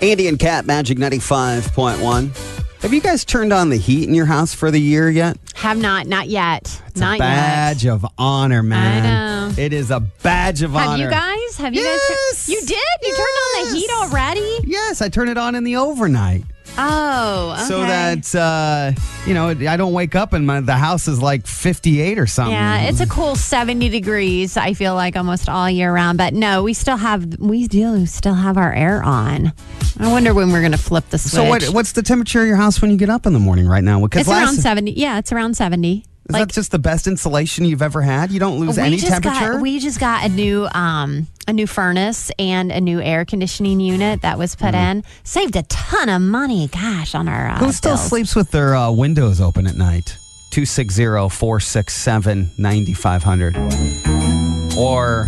Andy and Cat Magic 95.1. Have you guys turned on the heat in your house for the year yet? Have not, not yet. It's not a badge yet. of honor, man. know. It is a badge of Have honor. you guys? Have you guys? Yes! tur- you did? You turned on the heat Yes! already? Yes, I turn it on in the overnight Oh, so okay. that uh, you know I don't wake up and my, the house is like 58 or something. Yeah, it's a cool 70 degrees. I feel like almost all year round, but no, we still have we do still have our air on. I wonder when we're going to flip the switch. So what, what's the temperature of your house when you get up in the morning right now? Because It's around 70. Yeah, it's around 70. Is that just the best insulation you've ever had? You don't lose any just temperature. Got, we just got a new um, a new furnace and a new air conditioning unit that was Mm. put in. Saved a ton of money, gosh, on our uh, Who still bills. sleeps with their uh, windows open at night? 260-467-9500. Or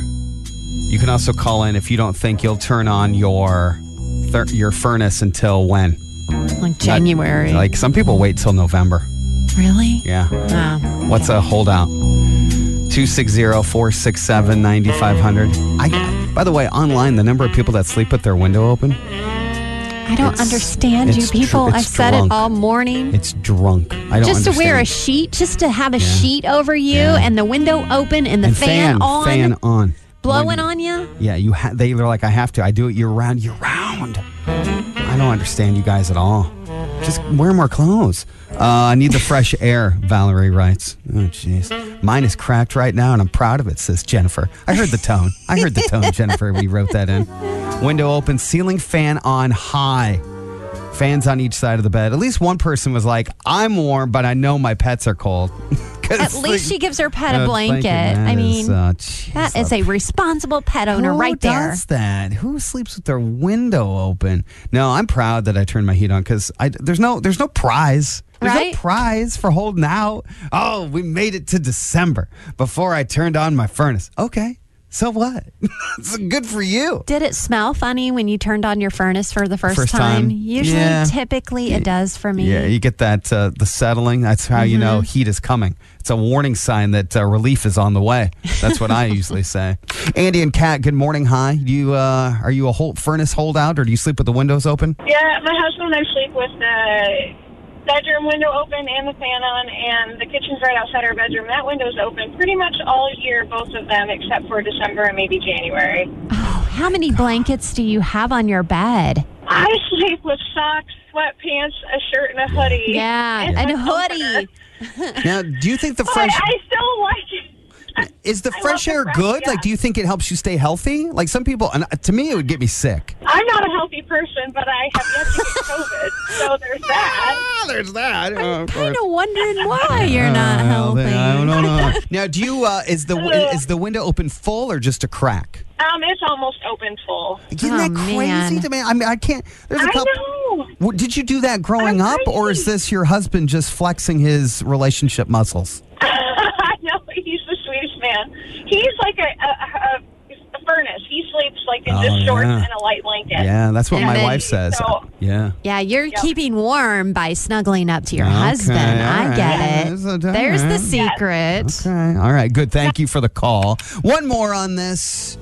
you can also call in if you don't think you'll turn on your thir- your furnace until when? like January. Like some people wait till November. really? Yeah. Wow. What's a holdout? 260-467-9500. I By the way, online the number of people that sleep with their window open, I don't it's- understand you it's tr- people. it's I've said drunk. it all morning. it's drunk. I don't just to wear a understand. sheet, just to have a Yeah. sheet over you Yeah. and the window open and the and fan, on, fan on. blowing When- on you. Yeah, you ha- they were like, I have to. I do it year round, year round. I don't understand you guys at all. Just wear more clothes. Uh, I need the fresh air, Valerie writes. Oh, jeez. Mine is cracked right now, and I'm proud of it, says Jennifer. I heard the tone. I heard the tone, Jennifer. We wrote that in. Window open, ceiling fan on high. Fans on each side of the bed. At least one person was like, I'm warm, but I know my pets are cold. 'Cause At least the- she gives her pet a uh, blanket. I that mean, is, uh, jeez, that is a a responsible pet owner who right there. does that? Who sleeps with their window open? No, I'm proud that I turned my heat on because there's no there's no prize. There's Right? no prize for holding out. Oh, we made it to December before I turned on my furnace. Okay, so what? it's good for you. Did it smell funny when you turned on your furnace for the first, First time. Usually, Yeah. typically, it does for me. Yeah, you get that uh, the settling. That's how you know Mm-hmm. heat is coming. It's a warning sign that uh, relief is on the way. That's what I usually say. Andy and Kat, good morning. Hi, you uh, are you a whole furnace holdout or do you sleep with the windows open? Yeah, my husband and I sleep with the bedroom window open and the fan on, and the kitchen's right outside our bedroom. That window's open pretty much all year, both of them, except for December and maybe January. How many blankets do you have on your bed? I sleep with socks, sweatpants, a shirt, and a hoodie. Yeah, And and a my comforter. hoodie. Now, do you think the But fresh I still like it. is the I fresh love the air fresh, good? yeah. Like, do you think it helps you stay healthy? Like some people, and uh, to me, it would get me sick. I'm not a healthy person, but I have yet to get COVID, so there's that. Ah, there's that. Oh, of Kind course. of wondering why you're not Uh, healthy. I don't know. now, do you uh, is the is the window open full or just a crack? Um, it's almost open full. Isn't Oh, that crazy man. to me? I mean, I can't. There's a I couple. know. W- Did you do that growing I'm up, or is crazy. this your husband just flexing his relationship muscles? I know he's the sweetest man. He's like a, a, a, a furnace. He sleeps like in Oh, just shorts yeah. and a light blanket. Yeah, that's what And my then- wife says. So- yeah. Yeah, you're keeping warm by snuggling up to your Okay, husband. all I right. get it. There's a- all There's the right. secret. Okay. All right. Good. Thank you for the call. One more on this.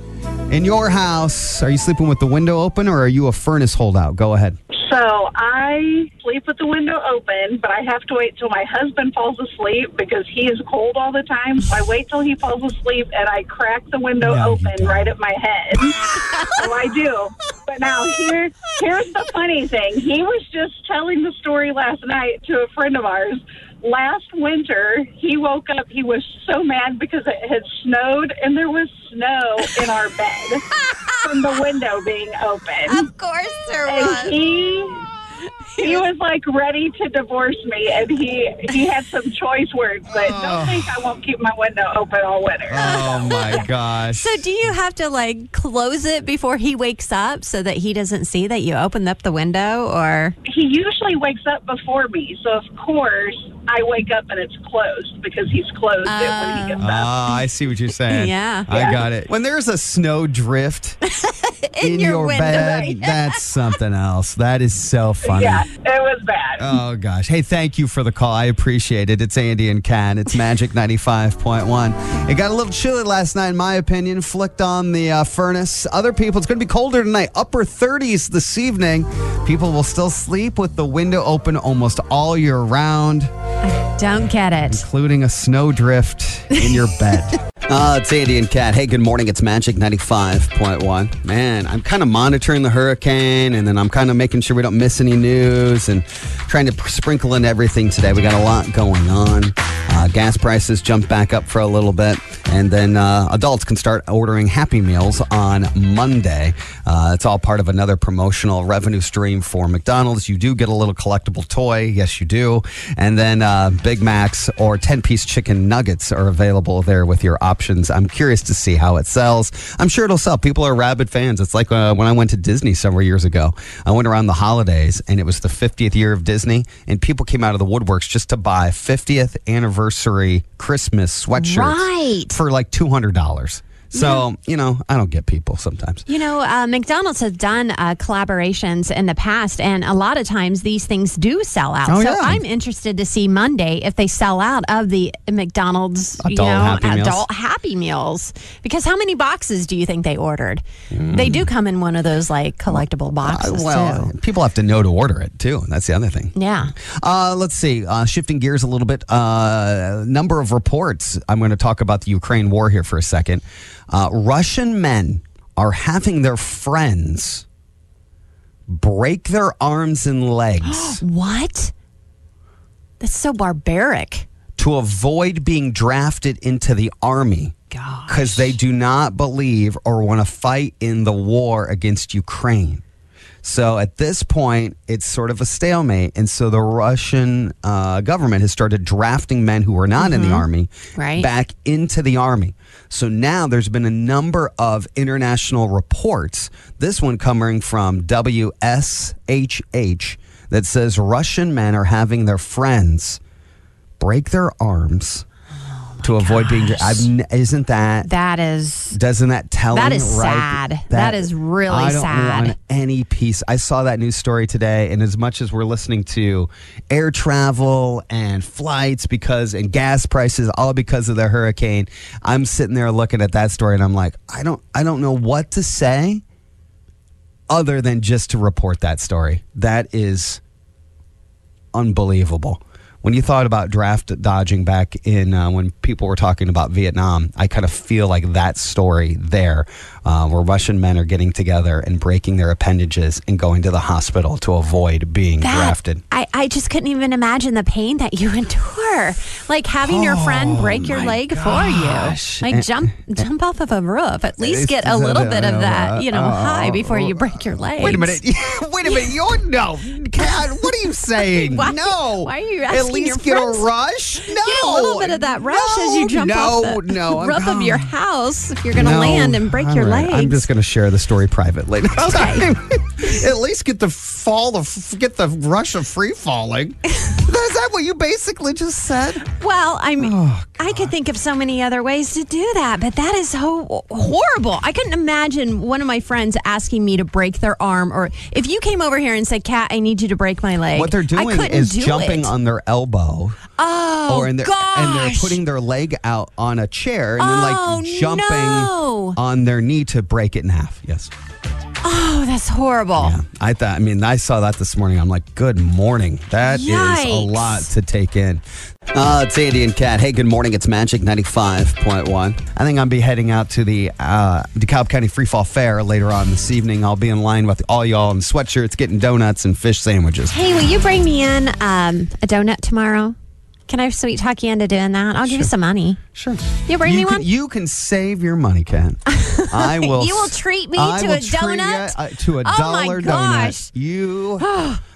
In your house, are you sleeping with the window open or are you a furnace holdout? Go ahead. So I sleep with the window open, but I have to wait till my husband falls asleep because he is cold all the time. So I wait till he falls asleep and I crack the window No, you open don't. right at my head. so I do. But now here here's the funny thing. He was just telling the story last night to a friend of ours. Last winter, he woke up. He was so mad because it had snowed and there was snow in our bed from the window being open. Of course there And he he was like ready to divorce me, and he he had some choice words, but Oh. don't think I won't keep my window open all winter. Oh my gosh. So do you have to like close it before he wakes up so that he doesn't see that you opened up the window or He usually wakes up before me, so of course I wake up and it's closed because he's closed it when he gets up. Ah, I see what you're saying. Yeah. I got it. When there's a snow drift in, in your, window? bed, that's something else. That is selfish. Oh, funny. Yeah, it was bad. Oh gosh. Hey, thank you for the call. I appreciate it. It's Andy and Cat. It's Magic 95.1. It got a little chilly last night, in my opinion. Flicked on the uh, furnace. Other people, it's going to be colder tonight. Upper 30s this evening. People will still sleep with the window open almost all year round, Don't get it. including a snowdrift in your bed. Uh, it's Andy and Cat. Hey, good morning. It's Magic 95.1. Man, I'm kind of monitoring the hurricane and then I'm kind of making sure we don't miss any news and trying to sprinkle in everything today. We got a lot going on. Uh, gas prices jumped back up for a little bit. And then uh, adults can start ordering Happy Meals on Monday. Uh, it's all part of another promotional revenue stream for McDonald's. You do get a little collectible toy. Yes, you do. And then uh, Big Macs or 10 piece chicken nuggets are available there with your options. I'm curious to see how it sells. I'm sure it'll sell. People are rabid fans. It's like uh, when I went to Disney several years ago. I went around the holidays and it was the 50th year of Disney, and people came out of the woodworks just to buy 50th anniversary Christmas sweatshirts Right. for like $200. So, you know, I don't get people sometimes. You know, uh, McDonald's has done uh, collaborations in the past, and a lot of times these things do sell out. Oh, so yeah. I'm interested to see Monday if they sell out of the McDonald's you Adult know, Happy Meals. adult Happy Meals. Because how many boxes do you think they ordered? They do come in one of those like collectible Mm. Uh, boxes well, too. people have to know to order it too. and That's the other thing. Yeah. Uh, let's see. Uh, shifting gears a little bit. Uh, number of reports. I'm going to talk about the Ukraine war here for a second. Uh, Russian men are having their friends break their arms and legs What? That's so barbaric. to avoid being drafted into the army God. because they do not believe or want to fight in the war against Ukraine. So at this point, it's sort of a stalemate. And so the Russian uh, government has started drafting men who were not in the army Right. back into the army. So now there's been a number of international reports, this one coming from WSHH, that says Russian men are having their friends break their arms. To avoid being, I've, n- isn't that That is doesn't that tell That me, is right? sad. That is really I don't sad. want any piece. I saw that news story today, and as much as we're listening to air travel and flights because and gas prices, all because of the hurricane, I'm sitting there looking at that story, and I'm like, I don't, I don't know what to say, other than just to report that story. That is unbelievable. When you thought about draft dodging back in uh, when people were talking about Vietnam, I kind of feel like that story there, uh, where Russian men are getting together and breaking their appendages and going to the hospital to avoid being that- drafted. I, I just couldn't even imagine the pain that you endure. Like having your friend break your Oh my leg gosh. for you. Like And- jump jump off of a roof. At It's- least get uh, a little bit uh, of that, you know, uh, high before uh, you break your leg. Wait a minute! Wait a minute! You're no, God, what are you saying? Why- no, why are you At asking least your get friends? a rush. No, Get a little bit of that rush as you No, jump no, off the no, I'm- roof of your house if you're going to No. land and break your All leg. right. I'm just going to share the story privately. next time. At least get the fall of get the rush of free falling. Is that what you basically just said? Well, I mean, Oh, I could think of so many other ways to do that, but that is so horrible. I couldn't imagine one of my friends asking me to break their arm, or if you came over here and said, "Cat, I need you to break my leg." What they're I doing couldn't is do jumping it. on their elbow, Oh, or and they're and they're gosh. putting their leg out on a chair and Oh, then like jumping no. on their knee to break it in half. Yes. Oh, that's horrible. Yeah. I thought. I mean, I saw that this morning. I'm like, good morning. That is a Yikes. lot to take in. Uh, it's Andy and Kat. Hey, good morning. It's Magic 95.1. I think I'll be heading out to the uh, DeKalb County Free Fall Fair later on this evening. I'll be in line with all y'all in sweatshirts, getting donuts and fish sandwiches. Hey, will you bring me in um, a donut tomorrow? Can I sweet talk you into doing that? I'll give you some money. Sure. You bring me can, one? You can save your money, Kat. I will. You will treat me I to will a treat you, donut? uh, to a Oh my dollar donut. gosh. You.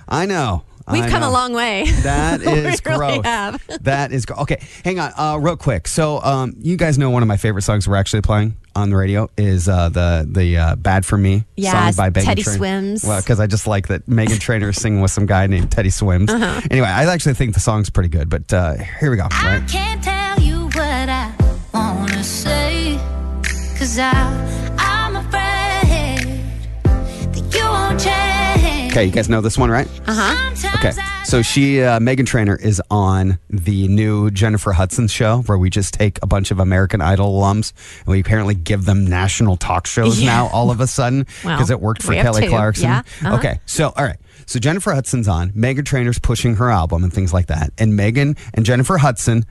I know. We've I come a know. long way. That We is really gross. have. that is gro- okay. Hang on, uh, real quick. So, um, you guys know one of my favorite songs we're actually playing on the radio is uh, the the uh, "Bad for Me" Yes, song by Megan Teddy Trainor. Swims. Well, because I just like that Megan Trainor is singing with some guy named Teddy Swims. Uh-huh. Anyway, I actually think the song's pretty good. But uh, here we go. I Right? can't tell you what I wanna say. Cause I, I'm afraid that you won't change. Okay, you guys know this one, right? Okay. So she, uh, Megan Trainer, is on the new Jennifer Hudson show, where we just take a bunch of American Idol alums and we apparently give them national talk shows Yeah. now. All of a sudden, Well, because it worked for we have Kelly two, Clarkson. yeah, uh-huh. Okay. So all right. So Jennifer Hudson's on. Megan Trainer's pushing her album and things like that. And Megan and Jennifer Hudson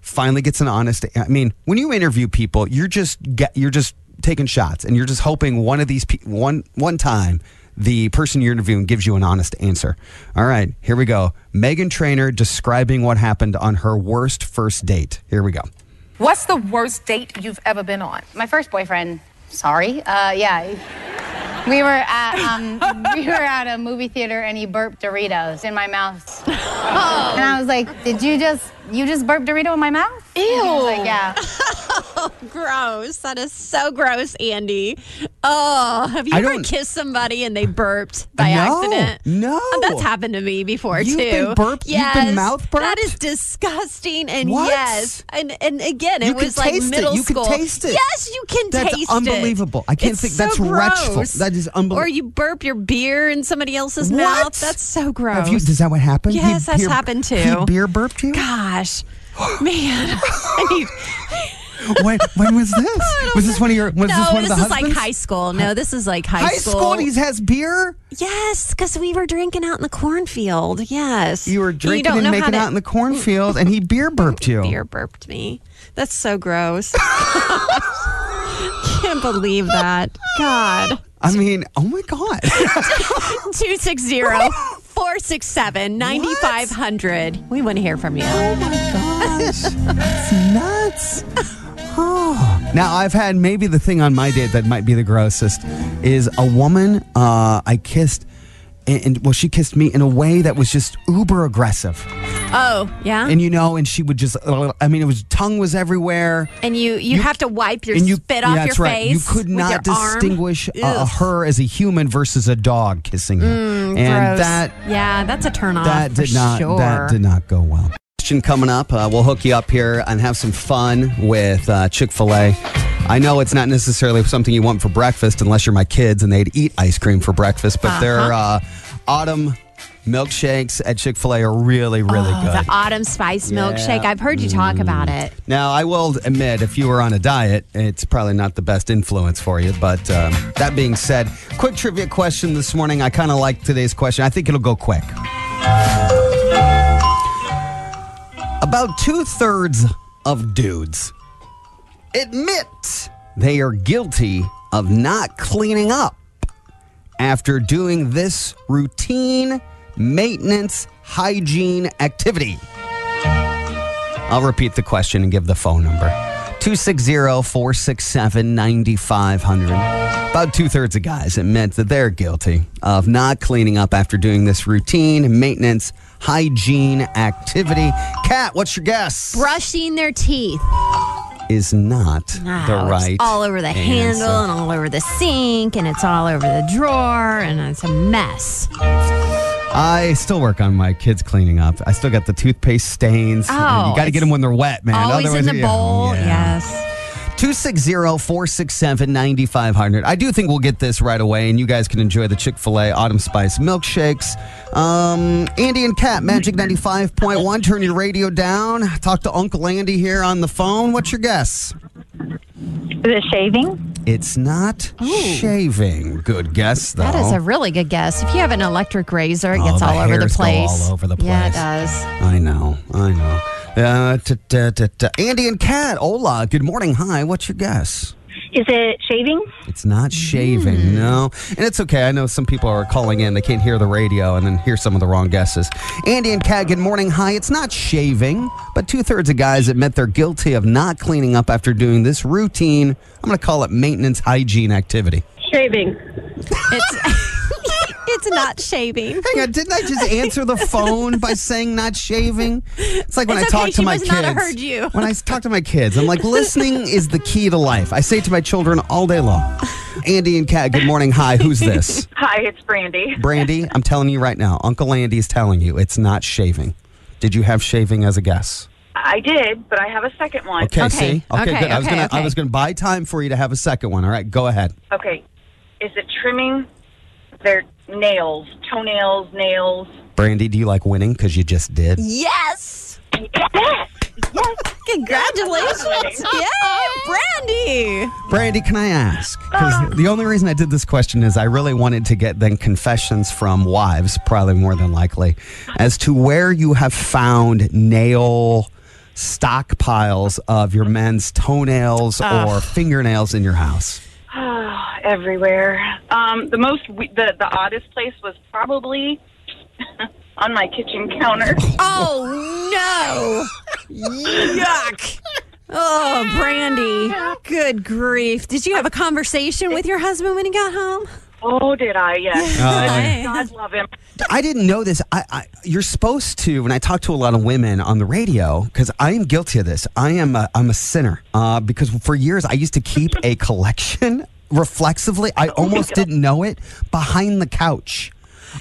finally gets an honest. I mean, when you interview people, you're just get, you're just taking shots and you're just hoping one of these pe- one one time the person you're interviewing gives you an honest answer. All right, here we go. Megan Trainer describing what happened on her worst first date. Here we go. What's the worst date you've ever been on? My first boyfriend, sorry, uh, yeah. We were at um, we were at a movie theater and he burped Doritos in my mouth, and I was like, "Did you just you just burp Dorito in my mouth?" Ew. And he was like, yeah. Gross. That is so gross, Andy. Oh, have you I ever don't- kissed somebody and they burped by No, accident? no. Oh, that's happened to me before You've too. been burped- you've been mouth burped? That is disgusting. And What? yes, and and again, it You can was like taste it. middle You can school. taste it. Yes, you can That's taste it. unbelievable. I can't It's think- so that's wretchful. gross. That is unbelievable. Or you burp your beer in somebody else's What? mouth. That's so gross. Have you, is that what happened? He Yes, that's happened He too. beer burped you. Gosh, man. I need- when, when was this? Was this one of your? Was no, this one of the is like husbands? high school. No, this is like high, High school. and He has beer. Yes, because we were drinking out in the cornfield. Yes, You were And drinking don't and know how making to- out in the cornfield, and he beer burped you. Beer burped me. That's so gross. Can't believe that. God. I mean, oh my god. 260 467 9500. We want to hear from you. oh my gosh, it's nuts. Oh. Now I've had maybe the thing on my date that might be the grossest is a woman uh, I kissed, and, and well, she kissed me in a way that was just uber aggressive, Oh, yeah? And, and you know, and she would just, I mean, it was tongue was everywhere. you, you, have to wipe your and you spit yeah, off your that's right. face. You could with not your arm. distinguish uh, Ugh. Mm, her as a human versus a dog kissing you, and Gross. that Yeah, that's a turn off. that did not Sure. that did not go well. Question coming up, uh, we'll hook you up here and have some fun with uh, Chick Fil A. I know it's not necessarily something you want for breakfast unless you're my kids and they'd eat ice cream for breakfast, but their Uh-huh. uh, autumn milkshakes at Chick Fil A are really really Oh, good. the autumn spice milkshake. I've heard you Mm. talk about it. Now, I will admit, if you were on a diet, it's probably not the best influence for you. But um, that being said, quick trivia question this morning. I kind of like today's question. I think it'll go quick. About two thirds of dudes admit they are guilty of not cleaning up after doing this routine maintenance hygiene activity. I'll repeat the question and give the phone number 260 467 9500. About two thirds of guys admit that they're guilty of not cleaning up after doing this routine maintenance hygiene activity. Kat, what's your guess? Brushing their teeth. Is not Wow, the it's right. all over the answer. handle and all over the sink and it's all over the drawer and it's a mess. I still work on my kids cleaning up. I still got the toothpaste stains. Oh, you got to get it's them when they're wet, man. Always in Otherwise- the yeah, bowl. yeah. Yes. 260-467-9500. I do think we'll get this right away, and you guys can enjoy the Chick-fil-A Autumn Spice Milkshakes. Um, Andy and Cat, Magic 95.1. Turn your radio down. Talk to Uncle Andy here on the phone. What's your guess? The shaving? It's not shaving. Good guess, though. That is a really good guess. If you have an electric razor, it Oh, gets the all over the hairs go place. all over the Yeah, it place. does. I know. I know. Uh, t- t- t- t- Andy and Kat, hola. Good morning. Hi. What's your guess? Is it shaving? It's not shaving, Hmm. no. And it's okay. I know some people are calling in. They can't hear the radio and then hear some of the wrong guesses. Andy and Kat, good morning. Hi, it's not shaving, but two thirds of guys admit they're guilty of not cleaning up after doing this routine. I'm going to call it maintenance hygiene activity. Shaving. It's it's not shaving. Hang on, didn't I just answer the phone by saying not shaving? It's like when It's I talk okay, to she my must kids. not have heard you. When I talk to my kids, I'm like, listening is the key to life. I say it to my children all day long. Andy and Kat, good morning. Hi, who's this? Hi, it's Brandy. Brandy, I'm telling you right now, Uncle Andy is telling you it's not shaving. Did you have shaving as a guess? I did, but I have a second one. Okay, Okay, see? okay, I was okay, gonna I okay. was gonna buy time for you to have a second one. All right, go ahead. Okay. Is it trimming their nails, toenails, nails. Brandy, do you like winning? Because you just did. Yes. Yes, yes. Congratulations. yeah, Brandy. Brandy, can I ask? Because the only reason I did this question is I really wanted to get then confessions from wives, probably more than likely, as to where you have found nail stockpiles of your men's toenails or fingernails in your house. Ah, everywhere. Um, the most we- the the oddest place was probably on my kitchen counter. Oh no! Yuck! Oh, Brandy. Good grief. Did you have a conversation with your husband when he got home? Oh, did I? Yes. Hey. God love him. I didn't know this. I, I you're supposed to when I talk to a lot of women on the radio because I am guilty of this. I am a, I'm a sinner uh, because for years I used to keep a collection reflexively. I Oh almost didn't know it behind the couch.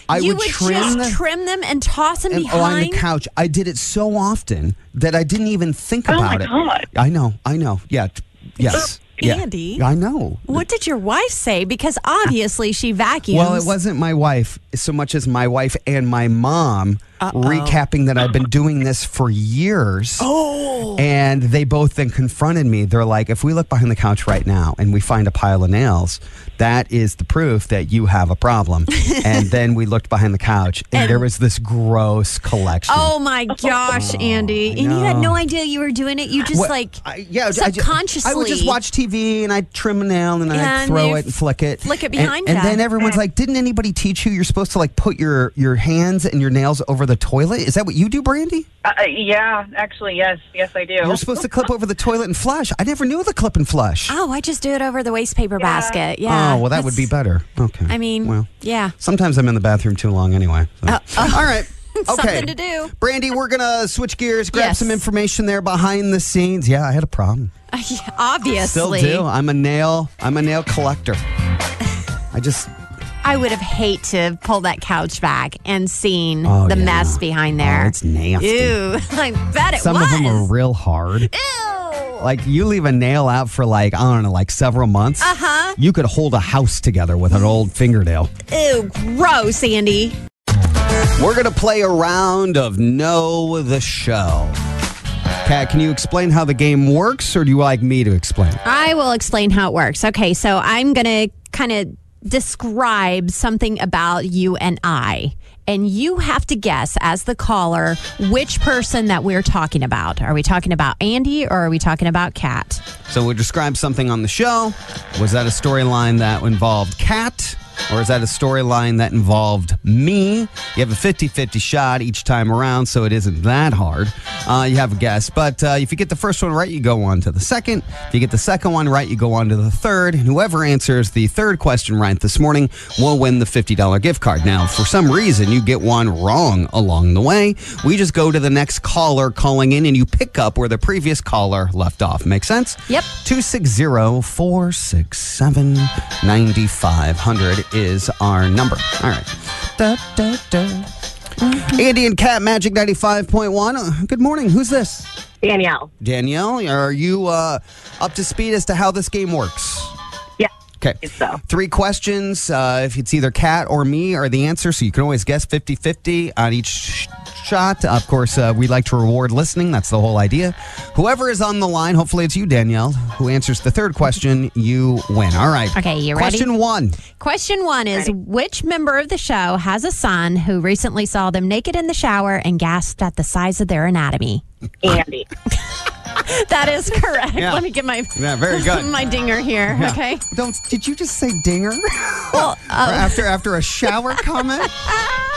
I you would, would, trim just trim them and toss them and on the behind. couch. I did it so often that I didn't even Oh think my about it. God. I know. I know. Yeah. t- Yes. Yeah. Andy. I know. what did your wife say? Because obviously she vacuums. Well, it wasn't my wife so much as my wife and my mom recapping that I've been doing this for years. Oh. And they both then confronted me. They're like, if we look behind the couch right now and we find a pile of nails, that is the proof that you have a problem. and then we looked behind the couch and, there was this gross collection. Oh my gosh, Andy. And you had know. no idea you were doing it. You just What- like I- yeah, I ju- subconsciously. I, would just watch TV and I'd trim a nail and Yeah, I'd and throw you it and flick it. flick it And- behind And, ya. then everyone's like, didn't anybody teach you you're supposed to like put your, your hands and your nails over the toilet? Is that what you do, Brandy? Uh, yeah, actually, yes, yes, I do. You're supposed to clip over the toilet and flush. I never knew the clip and flush. Oh, I just do it over the waste paper basket. Yeah. oh, well, that would be That's- better. Okay. I mean, well, yeah. sometimes I'm in the bathroom too long anyway. so. All right. Okay. oh. Something to do. Brandy, we're going to switch gears, grab Yes. some information there behind the scenes. Yeah, I had a problem. Yeah, obviously. Still do. I'm a nail. I'm a nail collector. I just I would have hate to have pulled that couch back and seen Oh, the yeah. mess behind there. Oh, it's nasty. Ew, I bet it some was. of them are real hard. Ew. Like you leave a nail out for like I don't know, like several months. Uh Uh-huh. huh. You could hold a house together with an old fingernail. Ew, gross, Andy. We're gonna play a round of Know the Show. Kat, can you explain how the game works, or do you like me to explain? it? I will explain how it works. Okay, so I'm going to kind of describe something about you and I. And you have to guess, as the caller, which person that we're talking about. Are we talking about Andy or are we talking about Kat? So we describe something on the show. Was that a storyline that involved Kat? Or is that a storyline that involved me? You have a 50 50 shot each time around, so it isn't that hard. Uh, you have a guess. But uh, if you get the first one right, you go on to the second. If you get the second one right, you go on to the third. And whoever answers the third question right this morning will win the $50 gift card. Now, for some reason, you get one wrong along the way. We just go to the next caller calling in and you pick up where the previous caller left off. Make sense? Yep. 260 467 9500 is our number. All right. Da, da, da. Andy and Cat Magic 95.1. Uh, Good morning. Who's this? Danielle. Danielle, are you uh, up to speed as to how this game works? Yeah. Okay. so. Three questions. Uh, if it's either Cat or me are the answer, so you can always guess 50 50 on each sh- shot. Of course, uh, we like to reward listening. That's the whole idea. Whoever is on the line, hopefully it's you, Danielle, who answers the third question, you win. All right. Okay, you ready? question one. Question one is Which member of the show has a son who recently saw them naked in the shower and gasped at the size of their anatomy? Andy. That is correct. Yeah. Let me get my. Yeah, very good. My dinger here. Yeah. Okay. uh, Don't. Did you just say dinger? Well, after after a shower comment.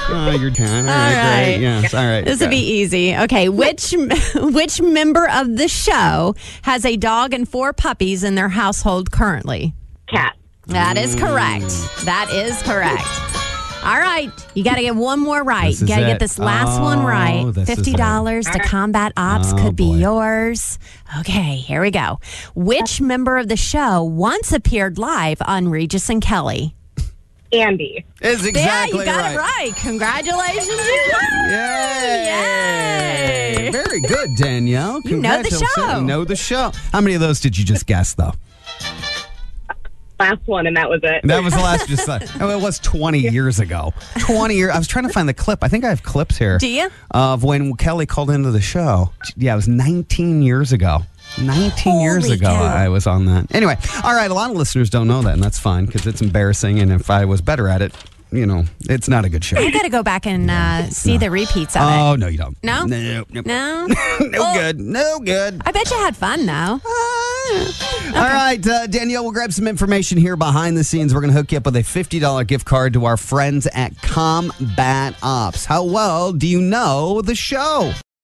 Oh, you're done. All right, right. great. Yes, all right. This would be good. easy. Okay, which which member of the show has a dog and four puppies in their household currently? Cat. That is correct. Mm. That is correct. All right, you got to get one more right. This You is got to it. get this last one Oh, right. this is it. Fifty dollars to combat ops Oh, could be boy. yours. Okay, here we go. Which member of the show once appeared live on Regis and Kelly? Andy. Is exactly yeah, right. you got it right. Congratulations! you won. Yay! Yay. Very good, Danielle. You know the Congratulations. show. You know the show. How many of those did you just guess, though? last one, and that was it. That was the last just uh, oh, it was 20 years ago. 20 years. I was trying to find the clip. I think I have clips here. Do you? Of when Kelly called into the show. Yeah, it was 19 years ago. 19 years Holy ago, cow. I was on that. Anyway, all right, a lot of listeners don't know that, and that's fine because it's embarrassing. And if I was better at it, you know, it's not a good show. I got to go back and uh, see the repeats of Oh, no, you don't. No? Nope. it. nope. No? no Oh. Ah. good. No good. I bet you had fun, though. All right, uh, Danielle, we'll grab some information here behind the scenes. We're going to hook you up with a $50 gift card to our friends at Combat Ops. How well do you know the show?